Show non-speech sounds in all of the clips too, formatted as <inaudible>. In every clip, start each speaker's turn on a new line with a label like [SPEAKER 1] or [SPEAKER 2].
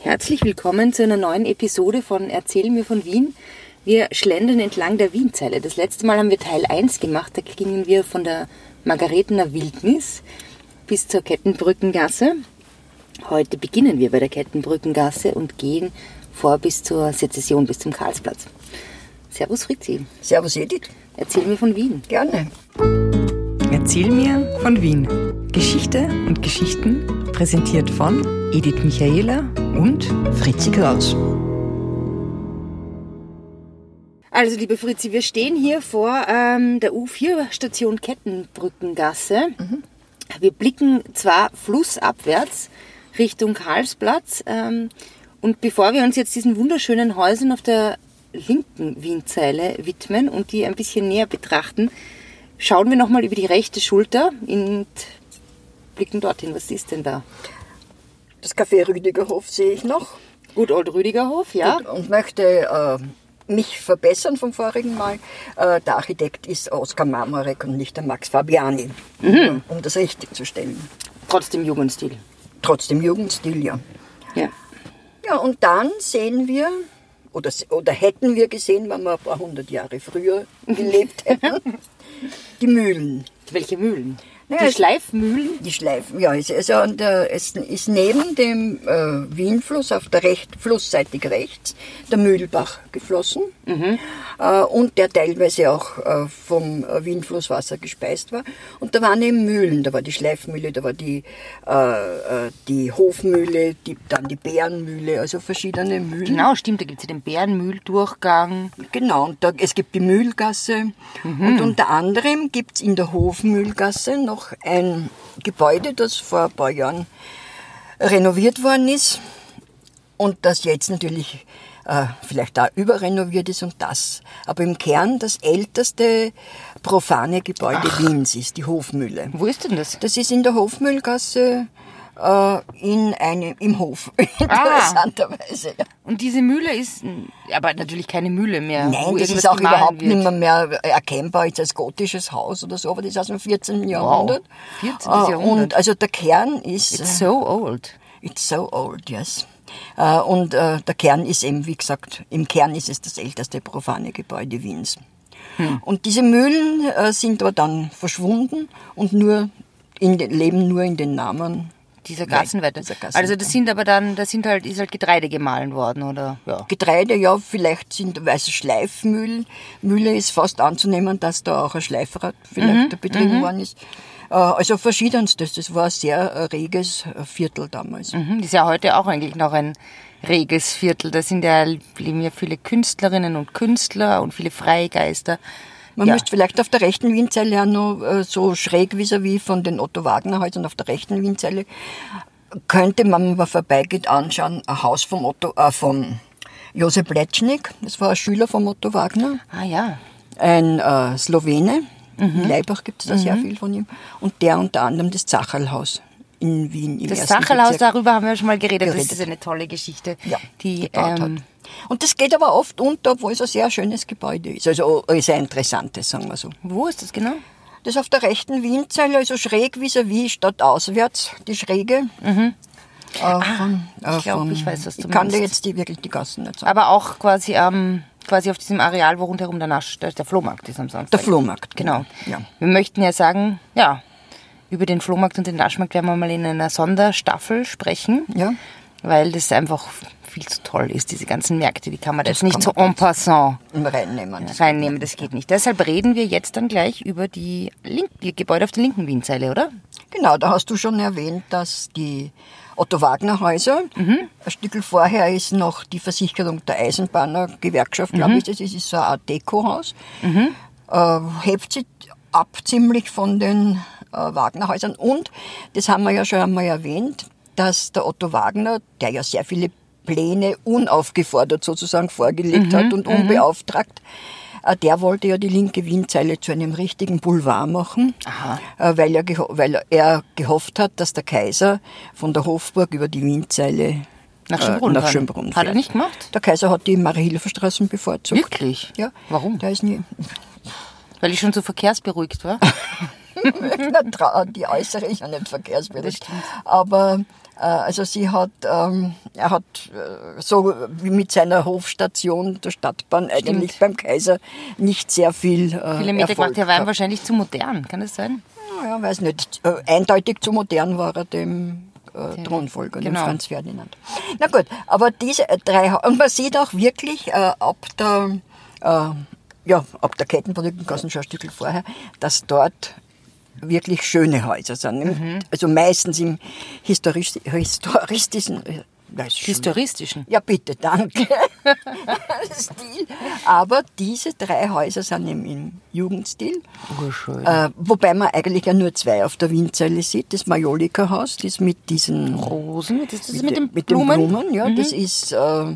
[SPEAKER 1] Herzlich willkommen zu einer neuen Episode von Erzähl mir von Wien. Wir schlendern entlang der Wienzeile. Das letzte Mal haben wir Teil 1 gemacht. Da gingen wir von der Margaretener Wildnis bis zur Kettenbrückengasse. Heute beginnen wir bei der Kettenbrückengasse und gehen vor bis zur Sezession, bis zum Karlsplatz. Servus Fritzi,
[SPEAKER 2] Servus Edith,
[SPEAKER 1] erzähl mir von Wien.
[SPEAKER 2] gerne.
[SPEAKER 3] Erzähl mir von Wien. Geschichte und Geschichten präsentiert von Edith Michaela und
[SPEAKER 2] Fritzi Kraus.
[SPEAKER 1] Also, liebe Fritzi, wir stehen hier vor ähm, der U4-Station Kettenbrückengasse. Wir blicken zwar flussabwärts Richtung Karlsplatz. Ähm, und bevor wir uns jetzt diesen wunderschönen Häusern auf der linken Wienzeile widmen und die ein bisschen näher betrachten, schauen wir nochmal über die rechte Schulter und blicken dorthin. Was ist denn da?
[SPEAKER 2] Das Café Rüdiger Hof sehe ich noch
[SPEAKER 1] Gut Old Rüdigerhof, ja?
[SPEAKER 2] und, und möchte äh, mich verbessern vom vorigen Mal. Äh, der Architekt ist Oskar Marmorek und nicht der Max Fabiani,
[SPEAKER 3] Mhm.
[SPEAKER 2] um das richtig zu stellen.
[SPEAKER 1] Trotzdem Jugendstil.
[SPEAKER 2] Trotzdem Jugendstil, ja.
[SPEAKER 1] Ja.
[SPEAKER 2] Ja, und dann sehen wir, oder, s- oder hätten wir gesehen, wenn wir ein paar hundert Jahre früher
[SPEAKER 3] <laughs>
[SPEAKER 2] gelebt hätten, die Mühlen.
[SPEAKER 1] Welche Mühlen?
[SPEAKER 2] Naja,
[SPEAKER 1] die
[SPEAKER 2] es-
[SPEAKER 1] Schleifmühlen?
[SPEAKER 2] Die Schleifen, ja, es ist, also an der, es ist neben dem äh, Wienfluss auf der recht, flussseitig rechts der Mühlbach geflossen äh, und der teilweise auch äh, vom äh, Wienflusswasser gespeist war. Und da waren eben Mühlen, da war die Schleifmühle, da war die, äh, äh, die Hofmühle, die, dann die Bärenmühle, also verschiedene Mühlen.
[SPEAKER 1] Genau, stimmt, da gibt es ja den Bärenmühldurchgang.
[SPEAKER 2] Genau, und da, es gibt die Mühlgasse und unter anderem gibt es in der Hofmühlgasse noch ein Gebäude, das vor ein paar Jahren renoviert worden ist und das jetzt natürlich äh, vielleicht da überrenoviert ist und das, aber im Kern das älteste profane Gebäude Wiens ist, die Hofmühle.
[SPEAKER 1] Wo ist denn das?
[SPEAKER 2] Das ist in der Hofmühlgasse äh, in einem, im Hof, <laughs> interessanterweise. Ja.
[SPEAKER 1] Und diese Mühle ist n- aber natürlich keine Mühle mehr.
[SPEAKER 2] Nein,
[SPEAKER 1] wo irgendwas
[SPEAKER 2] das ist auch
[SPEAKER 1] gemahlen
[SPEAKER 2] überhaupt
[SPEAKER 1] wird.
[SPEAKER 2] nicht mehr, mehr erkennbar jetzt als gotisches Haus oder so, aber das ist aus dem 14. Jahrhundert.
[SPEAKER 1] 14.
[SPEAKER 2] Ah,
[SPEAKER 1] Jahrhundert.
[SPEAKER 2] Und also der Kern ist,
[SPEAKER 1] It's
[SPEAKER 2] äh,
[SPEAKER 1] so old.
[SPEAKER 2] it's so old, yes. Äh, Und äh, der Kern ist eben, wie gesagt, im Kern ist es das älteste profane Gebäude Wiens. Und diese Mühlen äh, sind aber dann verschwunden und nur in den, leben nur in den Namen.
[SPEAKER 1] Dieser Gassenweite.
[SPEAKER 2] dieser Gassenweite.
[SPEAKER 1] Also das sind aber dann, das sind halt, ist halt Getreide gemahlen worden, oder? Ja.
[SPEAKER 2] Getreide, ja, vielleicht sind weiße Schleifmühlen. Mühle ist fast anzunehmen, dass da auch ein Schleifrad vielleicht betrieben worden ist. Äh, Also verschiedenstes. Das war ein sehr äh, reges äh, Viertel damals.
[SPEAKER 1] Mhm, das ist ja heute auch eigentlich noch ein reges Viertel. Da sind ja, leben ja viele Künstlerinnen und Künstler und viele Freigeister.
[SPEAKER 2] Man
[SPEAKER 1] ja.
[SPEAKER 2] müsste vielleicht auf der rechten Wienzeile ja noch äh, so schräg vis-à-vis von den Otto Wagner Häusern auf der rechten Wienzeile könnte man, wenn man vorbeigeht, anschauen, ein Haus vom Otto, äh, vom Josef Bletschnik. Das war ein Schüler von Otto Wagner.
[SPEAKER 1] Ah ja.
[SPEAKER 2] ein äh, Slowene,
[SPEAKER 1] Mhm.
[SPEAKER 2] in Leibach gibt es da sehr viel von ihm, und der unter anderem das Zacherlhaus in Wien. Im
[SPEAKER 1] Das
[SPEAKER 2] ersten
[SPEAKER 1] Sacherlhaus,
[SPEAKER 2] Bezirk
[SPEAKER 1] darüber haben wir schon mal geredet.
[SPEAKER 2] Geredet.
[SPEAKER 1] Das ist eine tolle Geschichte.
[SPEAKER 2] ja,
[SPEAKER 1] die
[SPEAKER 2] gebaut
[SPEAKER 1] ähm,
[SPEAKER 2] hat. Und das geht aber oft unter, obwohl es ein sehr schönes Gebäude ist. Also ein sehr interessantes, sagen wir so.
[SPEAKER 1] Wo ist das genau?
[SPEAKER 2] Das auf der rechten Wienzeile, also schräg vis-à-vis, statt auswärts, die Schräge. Äh, von, äh,
[SPEAKER 1] Mhm. Ah, ich glaub,
[SPEAKER 2] von-
[SPEAKER 1] ich weiß, was du
[SPEAKER 2] Ich kann dir
[SPEAKER 1] meinst.
[SPEAKER 2] jetzt die, wirklich die Gassen nicht sagen.
[SPEAKER 1] Aber auch quasi, ähm, quasi auf diesem Areal, wo rundherum der, Nasch, der, der Flohmarkt ist am Samstag.
[SPEAKER 2] Der Flohmarkt.
[SPEAKER 1] Genau.
[SPEAKER 2] Ja.
[SPEAKER 1] Wir möchten ja sagen, ja, über den Flohmarkt und den Naschmarkt werden wir mal in einer Sonderstaffel sprechen.
[SPEAKER 2] Ja.
[SPEAKER 1] Weil das einfach viel zu toll ist, diese ganzen Märkte. Die kann man jetzt nicht so en passant
[SPEAKER 2] Reinnehmen.
[SPEAKER 1] reinnehmen, das geht nicht. Deshalb reden wir jetzt dann gleich über die, link die Gebäude auf der linken Wienzeile, oder?
[SPEAKER 2] Genau, da hast du schon erwähnt, dass die Otto-Wagner-Häuser, ein Stück vorher ist noch die Versicherung der Eisenbahner-Gewerkschaft, glaube ich, das ist, ist so ein Art Deko-Haus, äh, hebt sich ab ziemlich von den äh, Wagner-Häusern. Und, das haben wir ja schon einmal erwähnt, dass der Otto Wagner, der ja sehr viele Pläne unaufgefordert sozusagen vorgelegt
[SPEAKER 1] Mhm,
[SPEAKER 2] hat und unbeauftragt, äh, der wollte ja die linke Wienzeile zu einem richtigen Boulevard machen.
[SPEAKER 1] Aha.
[SPEAKER 2] Äh, weil er, geho- weil er gehofft hat, dass der Kaiser von der Hofburg über die Wienzeile
[SPEAKER 1] Nach Schönbrunn.
[SPEAKER 2] nach
[SPEAKER 1] fahren.
[SPEAKER 2] Schönbrunn
[SPEAKER 1] Hat er
[SPEAKER 2] fährt.
[SPEAKER 1] nicht gemacht?
[SPEAKER 2] Der Kaiser hat die Marie-Hilfer-Straßen bevorzugt.
[SPEAKER 1] Wirklich?
[SPEAKER 2] Ja.
[SPEAKER 1] Warum?
[SPEAKER 2] Der ist nie,
[SPEAKER 1] Weil ich schon so verkehrsberuhigt <laughs> war.
[SPEAKER 2] Na, tra- die äußere ist ja nicht verkehrsbillig. Aber Äh, Also sie hat, ähm, er hat äh, so wie mit seiner Hofstation der Stadtbahn eigentlich beim Kaiser nicht sehr viel äh,
[SPEAKER 1] Viele Meter
[SPEAKER 2] Erfolg
[SPEAKER 1] gemacht, der war
[SPEAKER 2] gehabt.
[SPEAKER 1] wahrscheinlich zu modern, kann das sein?
[SPEAKER 2] Ja, weiß nicht. Äh, Eindeutig zu modern war er dem äh, Thronfolger,
[SPEAKER 1] Genau.
[SPEAKER 2] dem Franz Ferdinand. Na gut, aber diese äh, drei, Ha- und man sieht auch wirklich äh, ab der, äh, ja, ab der Kettenbrückengassen schon ein Stückchen vorher, dass dort wirklich schöne Häuser sind. Im- Also meistens im historisch, historistischen, äh, weiß schon.
[SPEAKER 1] Historistischen.
[SPEAKER 2] Ja, bitte, danke. <laughs> Stil. Aber diese drei Häuser sind eben im Jugendstil.
[SPEAKER 1] Urschön.
[SPEAKER 2] Äh, wobei man eigentlich ja nur zwei auf der Windseile sieht. Das Majolika-Haus, das mit diesen
[SPEAKER 1] Rosen, das ist
[SPEAKER 2] mit,
[SPEAKER 1] mit,
[SPEAKER 2] den-
[SPEAKER 1] dem
[SPEAKER 2] mit
[SPEAKER 1] Blumen. Mhm.
[SPEAKER 2] den Blumen, ja, das ist äh,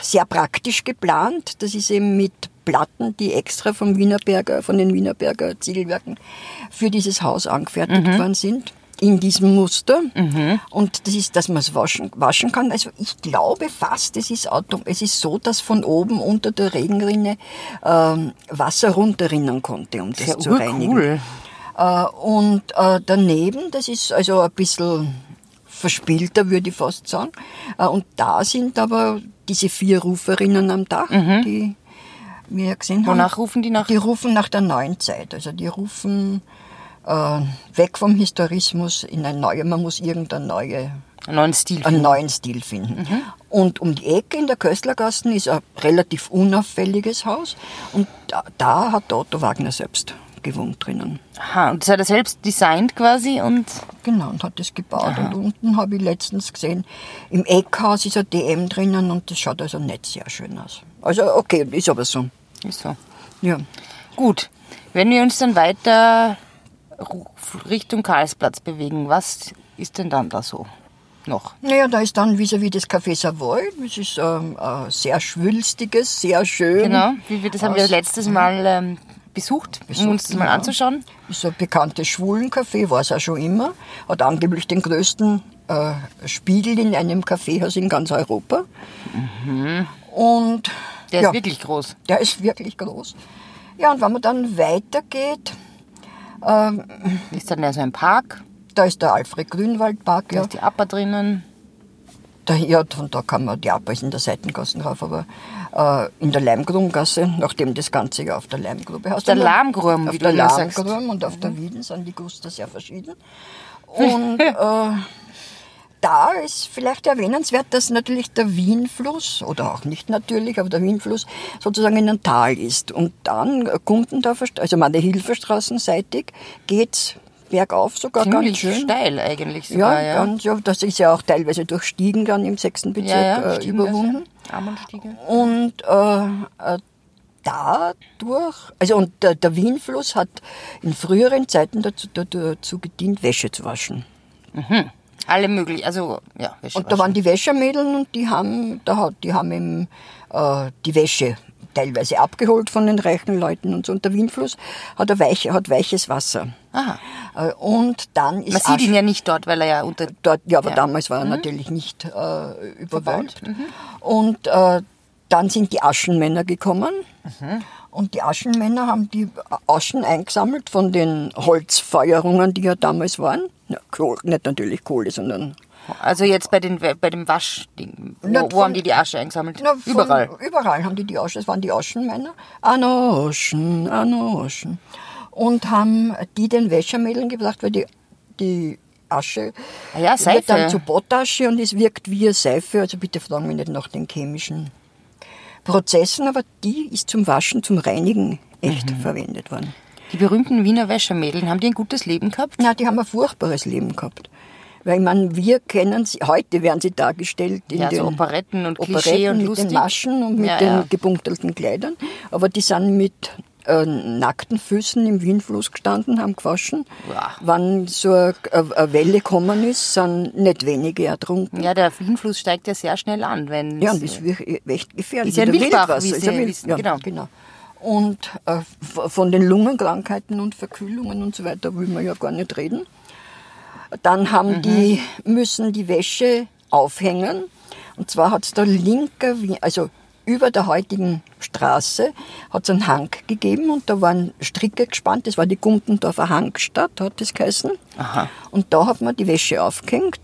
[SPEAKER 2] sehr praktisch geplant. Das ist eben mit Platten, die extra vom Wienerberger, von den Wienerberger Ziegelwerken für dieses Haus angefertigt
[SPEAKER 1] Mhm.
[SPEAKER 2] worden sind. In diesem Muster. Und das ist, dass man es waschen, waschen kann. Also ich glaube fast, es ist, autom es ist so, dass von oben unter der Regenrinne ähm, Wasser runterrinnen konnte, um das
[SPEAKER 1] Sehr
[SPEAKER 2] zu
[SPEAKER 1] urcool.
[SPEAKER 2] reinigen. Äh, und äh, daneben, das ist also ein bisschen verspielter, würde ich fast sagen. Äh, und da sind aber diese vier Ruferinnen am Dach, die wir ja gesehen haben.
[SPEAKER 1] Mhm. Wonach rufen die nach?
[SPEAKER 2] Die rufen nach der neuen Zeit. Also die rufen äh, weg vom Historismus in ein neues, man muss irgendeine neue
[SPEAKER 1] Einen neuen Stil.
[SPEAKER 2] einen neuen Stil finden.
[SPEAKER 1] Mhm.
[SPEAKER 2] Und um die Ecke in der Köstlergassen ist ein relativ unauffälliges Haus und da, da hat der Otto Wagner selbst gewohnt drinnen.
[SPEAKER 1] Aha, und das hat er selbst designt quasi und
[SPEAKER 2] Genau, und hat das gebaut. Und unten habe ich letztens gesehen, im Eckhaus ist ein DM drinnen und das schaut also nicht sehr schön aus. Also okay, ist aber so.
[SPEAKER 1] ist so.
[SPEAKER 2] Ja.
[SPEAKER 1] Gut, wenn wir uns dann weiter Ru- Richtung Karlsplatz bewegen, was ist denn dann da so noch?
[SPEAKER 2] Naja, da ist dann vis-à-vis das Café Savoy. Das ist ähm, ein sehr schwülstiges, sehr schön.
[SPEAKER 1] Genau, wie wir, das haben wir
[SPEAKER 2] Aus-
[SPEAKER 1] letztes Mal ähm, besucht, um uns das mal
[SPEAKER 2] Mhm. ja.
[SPEAKER 1] anzuschauen.
[SPEAKER 2] Ist ein bekanntes Schwulencafé, war es auch schon immer. Hat angeblich den größten äh, Spiegel in einem Kaffeehaus in ganz Europa. Und
[SPEAKER 1] Mhm. Der
[SPEAKER 2] ja,
[SPEAKER 1] ist wirklich groß.
[SPEAKER 2] der ist wirklich groß. Ja, und wenn man dann weitergeht, ähm,
[SPEAKER 1] Ist dann ja so ein Park,
[SPEAKER 2] da ist der Alfred Grünwald Park.
[SPEAKER 1] da
[SPEAKER 2] Ja,
[SPEAKER 1] ist die Appa drinnen.
[SPEAKER 2] da, ja, von da kann man, die Apa ist in der Seitengasse rauf, aber äh, in der Leimgrumgasse, nachdem das Ganze ja auf der Leimgrube heißt.
[SPEAKER 1] der
[SPEAKER 2] Und
[SPEAKER 1] Lahmgrum,
[SPEAKER 2] Auf
[SPEAKER 1] wie
[SPEAKER 2] der
[SPEAKER 1] du immer sagst. Mhm.
[SPEAKER 2] Lahmgrum und auf der Wieden sind die Guster
[SPEAKER 1] <laughs>
[SPEAKER 2] sehr verschieden. Und äh, da ist vielleicht erwähnenswert, dass natürlich der Wienfluss, oder auch nicht natürlich, aber der Wienfluss sozusagen in ein Tal ist. Und dann äh, Gundendorfer, St- also meine Hilferstraßenseitig, geht's bergauf sogar
[SPEAKER 1] Ziemlich
[SPEAKER 2] ganz schön.
[SPEAKER 1] steil eigentlich sogar,
[SPEAKER 2] Ja,
[SPEAKER 1] Ah, ja.
[SPEAKER 2] ganz, ja, das ist ja auch teilweise durch Stiegen dann im sechsten Bezirk äh,
[SPEAKER 1] stimmt, das,
[SPEAKER 2] überwunden.
[SPEAKER 1] ja. Amundstiege.
[SPEAKER 2] Und äh, äh, dadurch, also und der, der Wienfluss hat in früheren Zeiten dazu, da- dazu gedient, Wäsche zu waschen.
[SPEAKER 1] Alle möglichen, also ja, Wäsche
[SPEAKER 2] Und da
[SPEAKER 1] waschen.
[SPEAKER 2] waren die Wäschermädeln und die haben, da hat, die haben eben äh, die Wäsche teilweise abgeholt von den reichen Leuten und so. Und der Wienfluss hat, ein weich, hat weiches Wasser.
[SPEAKER 1] Aha.
[SPEAKER 2] Äh, und dann ist
[SPEAKER 1] Man sieht
[SPEAKER 2] Asch-
[SPEAKER 1] ihn ja nicht dort, weil er ja unter
[SPEAKER 2] dort, ja, aber
[SPEAKER 1] Ja.
[SPEAKER 2] damals war er natürlich nicht äh, überwölbt. Und äh, dann sind die Aschenmänner gekommen. Und die Aschenmänner haben die Aschen eingesammelt von den Holzfeuerungen, die ja damals waren. Ja, Kohl, nicht natürlich Kohle, sondern
[SPEAKER 1] Also jetzt bei, den, bei dem Waschding. Wo,
[SPEAKER 2] Na,
[SPEAKER 1] wo
[SPEAKER 2] von-
[SPEAKER 1] haben die die Asche eingesammelt?
[SPEAKER 2] Na, von-
[SPEAKER 1] Überall.
[SPEAKER 2] Überall haben die die Aschen, das waren die Aschenmänner. An Aschen, an Aschen. Und haben die den Wäschermädeln gebracht, weil die, die Asche
[SPEAKER 1] Ah ja,
[SPEAKER 2] wird
[SPEAKER 1] Seife.
[SPEAKER 2] dann zu Potasche und es wirkt wie eine Seife. Also bitte fragen wir nicht nach den chemischen Prozessen, aber die ist zum Waschen, zum Reinigen echt
[SPEAKER 1] Mhm.
[SPEAKER 2] verwendet worden.
[SPEAKER 1] Die berühmten Wiener Wäschemädeln, haben die ein gutes Leben gehabt?
[SPEAKER 2] Na, die haben ein furchtbares Leben gehabt. Weil man, wir kennen sie, heute werden sie dargestellt in
[SPEAKER 1] Ja,
[SPEAKER 2] den
[SPEAKER 1] so Operetten und Klischee
[SPEAKER 2] Operetten
[SPEAKER 1] und
[SPEAKER 2] mit
[SPEAKER 1] lustig.
[SPEAKER 2] den Maschen und mit
[SPEAKER 1] Ja,
[SPEAKER 2] den
[SPEAKER 1] ja.
[SPEAKER 2] gepunktelten Kleidern. Aber die sind mit äh, nackten Füßen im Wienfluss gestanden, haben gewaschen.
[SPEAKER 1] Wow.
[SPEAKER 2] Wann so eine eine Welle gekommen ist, sind nicht wenige ertrunken.
[SPEAKER 1] Ja, der Wienfluss steigt ja sehr schnell an, wenn
[SPEAKER 2] Ja, und das ist wirklich echt gefährlich.
[SPEAKER 1] Ist ja ein
[SPEAKER 2] Der
[SPEAKER 1] Wildbach,
[SPEAKER 2] Wildwasser
[SPEAKER 1] wie
[SPEAKER 2] ist
[SPEAKER 1] Sie
[SPEAKER 2] ein Wild-
[SPEAKER 1] wissen,
[SPEAKER 2] ja,
[SPEAKER 1] genau.
[SPEAKER 2] genau. Und äh, v- von den Lungenkrankheiten und Verkühlungen und so weiter will man ja gar nicht reden. Dann haben
[SPEAKER 1] Mhm.
[SPEAKER 2] die, müssen die Wäsche aufhängen. Und zwar hat es der linke, Wien- also über der heutigen Straße hat es einen Hang gegeben und da waren Stricke gespannt. Das war die Gumpendorfer Hangstadt, hat das geheißen.
[SPEAKER 1] Aha.
[SPEAKER 2] Und da hat man die Wäsche aufgehängt.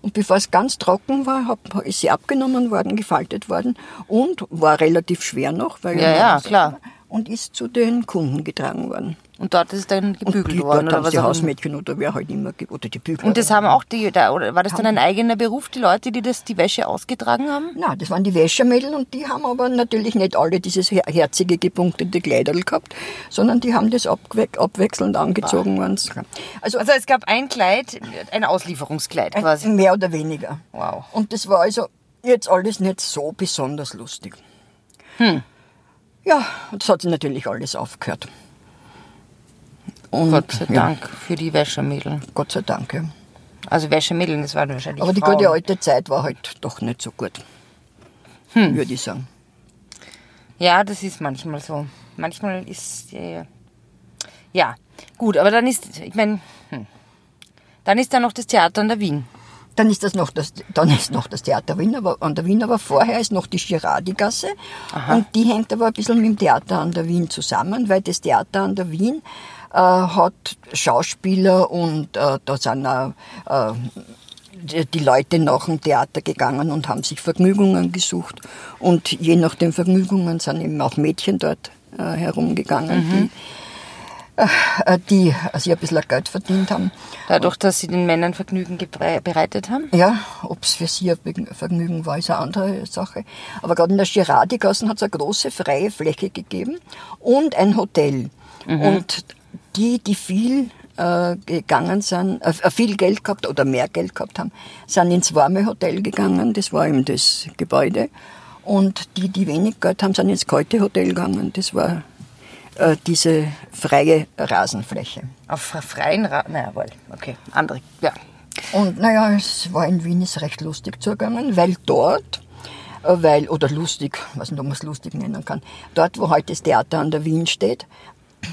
[SPEAKER 2] Und bevor es ganz trocken war, hab, ist sie abgenommen worden, gefaltet worden und war relativ schwer noch. Weil
[SPEAKER 1] Ja, ja, klar.
[SPEAKER 2] Und ist zu den Kunden getragen worden.
[SPEAKER 1] Und dort ist es dann
[SPEAKER 2] Und
[SPEAKER 1] gebügelt
[SPEAKER 2] die,
[SPEAKER 1] worden
[SPEAKER 2] dort
[SPEAKER 1] oder
[SPEAKER 2] haben
[SPEAKER 1] was
[SPEAKER 2] die
[SPEAKER 1] auch immer.
[SPEAKER 2] Hausmädchen oder wer halt immer, ge- oder die Bügler.
[SPEAKER 1] Und das haben auch die, da, oder war das dann ein eigener Beruf, die Leute, die das, die Wäsche ausgetragen haben?
[SPEAKER 2] Na, das waren die Wäschermädel und die haben aber natürlich nicht alle dieses her- herzige, gepunktete Kleiderl gehabt, sondern die haben das abwe abwechselnd
[SPEAKER 1] Ah,
[SPEAKER 2] angezogen. wenn's- Also
[SPEAKER 1] Also es gab ein Kleid, ein Auslieferungskleid quasi.
[SPEAKER 2] Äh, mehr oder weniger.
[SPEAKER 1] Wow.
[SPEAKER 2] Und das war also jetzt alles nicht so besonders lustig.
[SPEAKER 1] Hm.
[SPEAKER 2] Ja, und das hat sich natürlich alles aufgehört. Und,
[SPEAKER 1] Gott sei
[SPEAKER 2] ja,
[SPEAKER 1] Dank für die Wäschemädel.
[SPEAKER 2] Gott sei Dank. Ja.
[SPEAKER 1] Also Wäschemädel, das waren wahrscheinlich
[SPEAKER 2] Aber die
[SPEAKER 1] Frauen.
[SPEAKER 2] gute alte Zeit war halt doch nicht so gut,
[SPEAKER 1] Hm.
[SPEAKER 2] würde ich sagen.
[SPEAKER 1] Ja, das ist manchmal so. Manchmal ist äh, ja gut, aber dann ist, ich meine, hm. dann ist da noch das Theater an der Wien.
[SPEAKER 2] Dann ist das noch das, dann ist noch das Theater Wien, aber an der Wien, aber vorher ist noch die Girardi-Gasse. Und die hängt aber ein bisschen mit dem Theater an der Wien zusammen, weil das Theater an der Wien äh, hat Schauspieler und äh, da sind auch, äh, die- die Leute nach dem Theater gegangen und haben sich Vergnügungen gesucht. Und je nach den Vergnügungen sind eben auch Mädchen dort äh, herumgegangen, die, äh, die sich ein bisschen Geld verdient haben.
[SPEAKER 1] Dadurch, dass sie den Männern Vergnügen gebre- bereitet haben.
[SPEAKER 2] Ja, ob's für sie ein Begn- Vergnügen war, ist eine andere Sache. Aber gerade in der Girardigassen hat es eine große freie Fläche gegeben und ein Hotel. Und die, die viel äh, gegangen sind, äh, viel Geld gehabt oder mehr Geld gehabt haben, sind ins warme Hotel gegangen, das war eben das Gebäude. Und die, die wenig Geld haben, sind ins kalte Hotel gegangen, das war äh, diese freie Rasenfläche.
[SPEAKER 1] Auf freien Ra Naja, wohl. Okay, andere. Ja.
[SPEAKER 2] Und naja, es war in Wien ist recht lustig zugegangen, weil dort, äh, weil, oder lustig, was nicht, ob man es lustig nennen kann, dort, wo heute das Theater an der Wien steht,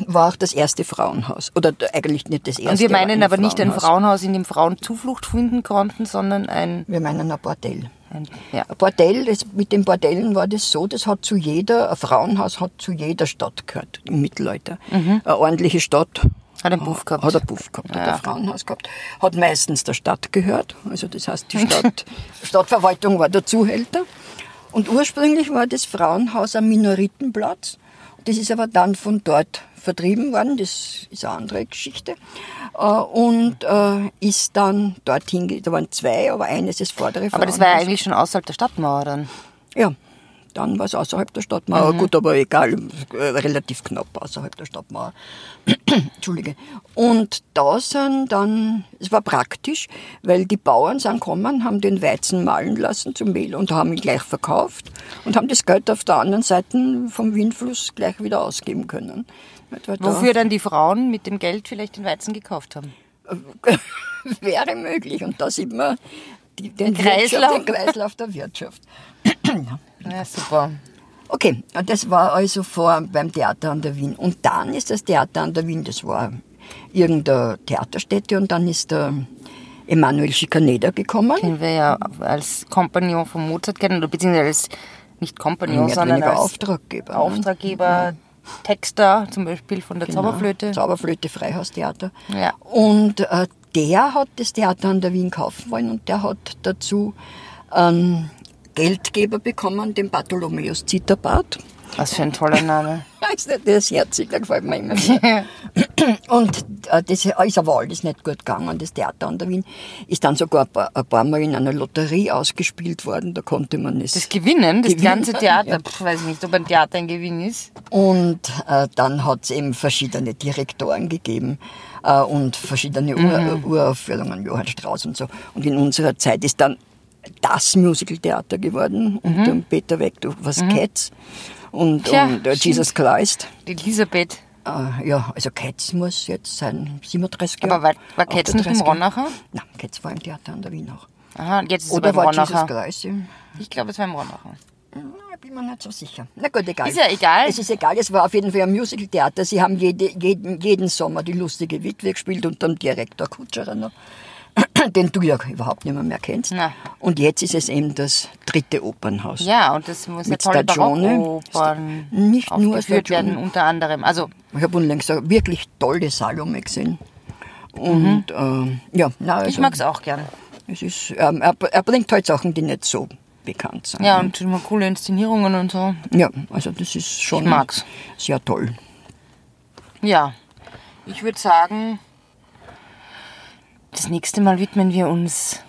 [SPEAKER 2] war auch das erste Frauenhaus. Oder d- eigentlich nicht das erste.
[SPEAKER 1] Und wir meinen aber nicht ein
[SPEAKER 2] Frauenhaus.
[SPEAKER 1] Frauenhaus, in dem Frauen Zuflucht finden konnten, sondern ein,
[SPEAKER 2] Wir meinen ein Bordell.
[SPEAKER 1] ein ja.
[SPEAKER 2] Ein Bordell, das, mit den Bordellen war das so, das hat zu jeder, ein Frauenhaus hat zu jeder Stadt gehört im Mittelalter. Eine ordentliche Stadt.
[SPEAKER 1] Mhm. Hat einen Puff gehabt.
[SPEAKER 2] Hat einen Puff gehabt, hat
[SPEAKER 1] Ja.
[SPEAKER 2] ein Frauenhaus gehabt. Hat meistens der Stadt gehört. Also
[SPEAKER 1] <laughs>
[SPEAKER 2] das heißt, die Stadt, Stadtverwaltung war der Zuhälter. Und ursprünglich war das Frauenhaus ein Minoritenplatz. Das ist aber dann von dort vertrieben worden. Das ist eine andere Geschichte. Äh, Und äh, ist dann dorthin, ge- da waren zwei, aber eines ist vordere
[SPEAKER 1] Aber das war ja
[SPEAKER 2] Frauenhaus.
[SPEAKER 1] eigentlich schon außerhalb der Stadtmauer dann.
[SPEAKER 2] Ja, dann war es außerhalb der
[SPEAKER 1] Mhm.
[SPEAKER 2] Stadtmauer. Gut, aber egal, äh, relativ knapp außerhalb der Stadtmauer. <clears throat> Entschuldige. Und da sind dann, es war praktisch, weil die Bauern sind gekommen, haben den Weizen mahlen lassen zum Mehl und haben ihn gleich verkauft und haben das Geld auf der anderen Seite vom Wienfluss gleich wieder ausgeben können. Nicht, weil da-
[SPEAKER 1] Wofür dann die Frauen mit dem Geld vielleicht den Weizen gekauft haben.
[SPEAKER 2] äh, <laughs> wäre möglich. Und da sieht man die, den,
[SPEAKER 1] Kreislauf.
[SPEAKER 2] Wirtschaft, den Kreislauf der Wirtschaft. <clears throat>
[SPEAKER 1] Ja, super.
[SPEAKER 2] Okay, das war also vor beim Theater an der Wien. Und dann ist das Theater an der Wien, das war irgendeine Theaterstätte und dann ist der Emanuel Schikaneder gekommen.
[SPEAKER 1] Den wir ja als Kompagnon von Mozart kennen, oder beziehungsweise als, nicht Kompagnon,
[SPEAKER 2] Mehr oder
[SPEAKER 1] sondern
[SPEAKER 2] Mhm. weniger
[SPEAKER 1] als
[SPEAKER 2] Auftraggeber. ne?
[SPEAKER 1] Auftraggeber, Texter zum Beispiel von der Zauberflöte.
[SPEAKER 2] Genau. Zauberflöte, Freihaustheater.
[SPEAKER 1] Ja.
[SPEAKER 2] Und äh, der hat das Theater an der Wien kaufen wollen und der hat dazu ähm, Geldgeber bekommen, den Bartholomäus Zitterbart.
[SPEAKER 1] Was für ein toller Name.
[SPEAKER 2] Ist nicht das herzig, da gefällt mir immer wieder. <laughs> Und äh, das ist aber alles nicht gut gegangen. Das Theater an der Wien ist dann sogar ein paar, ein paar Mal in einer Lotterie ausgespielt worden, da konnte man es.
[SPEAKER 1] Das Gewinnen, das
[SPEAKER 2] Gewinnen,
[SPEAKER 1] ganze Theater,
[SPEAKER 2] ja.
[SPEAKER 1] ich weiß nicht, ob ein Theater ein Gewinn ist.
[SPEAKER 2] Und äh, dann hat es eben verschiedene Direktoren gegeben äh, und verschiedene Ur Uraufführungen, Johann Strauss und so. Und in unserer Zeit ist dann das Musicaltheater geworden unter Peter Weck, durch was Cats und,
[SPEAKER 1] Tja,
[SPEAKER 2] und äh, Jesus Christ.
[SPEAKER 1] Die Elisabeth.
[SPEAKER 2] Äh, ja, also Cats muss jetzt sein, 37
[SPEAKER 1] Aber war, war Cats nicht im
[SPEAKER 2] 38.
[SPEAKER 1] Ronacher?
[SPEAKER 2] Nein, Cats war im Theater an der Wien auch.
[SPEAKER 1] Aha, jetzt ist es
[SPEAKER 2] Oder
[SPEAKER 1] beim
[SPEAKER 2] war Jesus
[SPEAKER 1] Ronacher.
[SPEAKER 2] Christ? im-
[SPEAKER 1] Ich glaube, es war im Ronacher.
[SPEAKER 2] Na, bin mir nicht so sicher. Na gut, egal.
[SPEAKER 1] Ist ja egal.
[SPEAKER 2] Es ist egal, es war auf jeden Fall ein Musicaltheater. Sie haben jede, jeden, jeden Sommer die lustige Witwe gespielt und dann Direktor Kutscherer noch. <clears throat> den du ja überhaupt nicht mehr, mehr kennst.
[SPEAKER 1] Na.
[SPEAKER 2] Und jetzt ist es eben das dritte Opernhaus.
[SPEAKER 1] Ja, und das muss ja
[SPEAKER 2] Mit
[SPEAKER 1] tolle
[SPEAKER 2] Stagione.
[SPEAKER 1] Barockopern
[SPEAKER 2] Nicht nur
[SPEAKER 1] aufgeführt
[SPEAKER 2] Stagione.
[SPEAKER 1] werden, unter anderem. Also,
[SPEAKER 2] Ich habe unlängst eine wirklich tolle Salome gesehen. Und ähm, ja, na, also,
[SPEAKER 1] Mhm. ich mag es auch gern.
[SPEAKER 2] Es ist, ähm, er, er bringt halt Sachen, die nicht so bekannt sind.
[SPEAKER 1] Ja, und immer coole Inszenierungen und so.
[SPEAKER 2] Ja, also das ist schon
[SPEAKER 1] Ich mag's.
[SPEAKER 2] sehr toll.
[SPEAKER 1] Ja, ich würde sagen, das nächste Mal widmen wir uns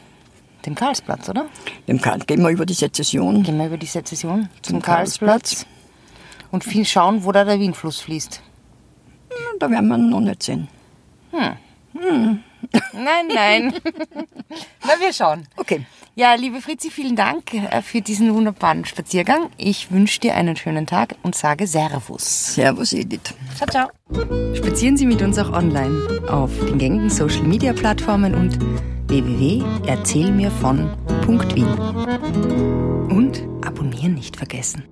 [SPEAKER 1] dem Karlsplatz, oder?
[SPEAKER 2] Dem Karl, gehen wir über die Sezession.
[SPEAKER 1] Gehen wir über die Sezession zum,
[SPEAKER 2] Zum
[SPEAKER 1] Karlsplatz. und viel schauen, wo da der Wienfluss fließt.
[SPEAKER 2] Da werden wir ihn noch nicht sehen.
[SPEAKER 1] Nein, nein. <laughs> Na, wir schauen.
[SPEAKER 2] Okay,
[SPEAKER 1] Ja, liebe Fritzi, vielen Dank äh, für diesen wunderbaren Spaziergang. Ich wünsche dir einen schönen Tag und sage Servus.
[SPEAKER 2] Servus Edith.
[SPEAKER 1] Ciao, ciao.
[SPEAKER 3] Spazieren Sie mit uns auch online auf den gängigen Social Media Plattformen und www.erzählmirvon.wien. Und abonnieren nicht vergessen.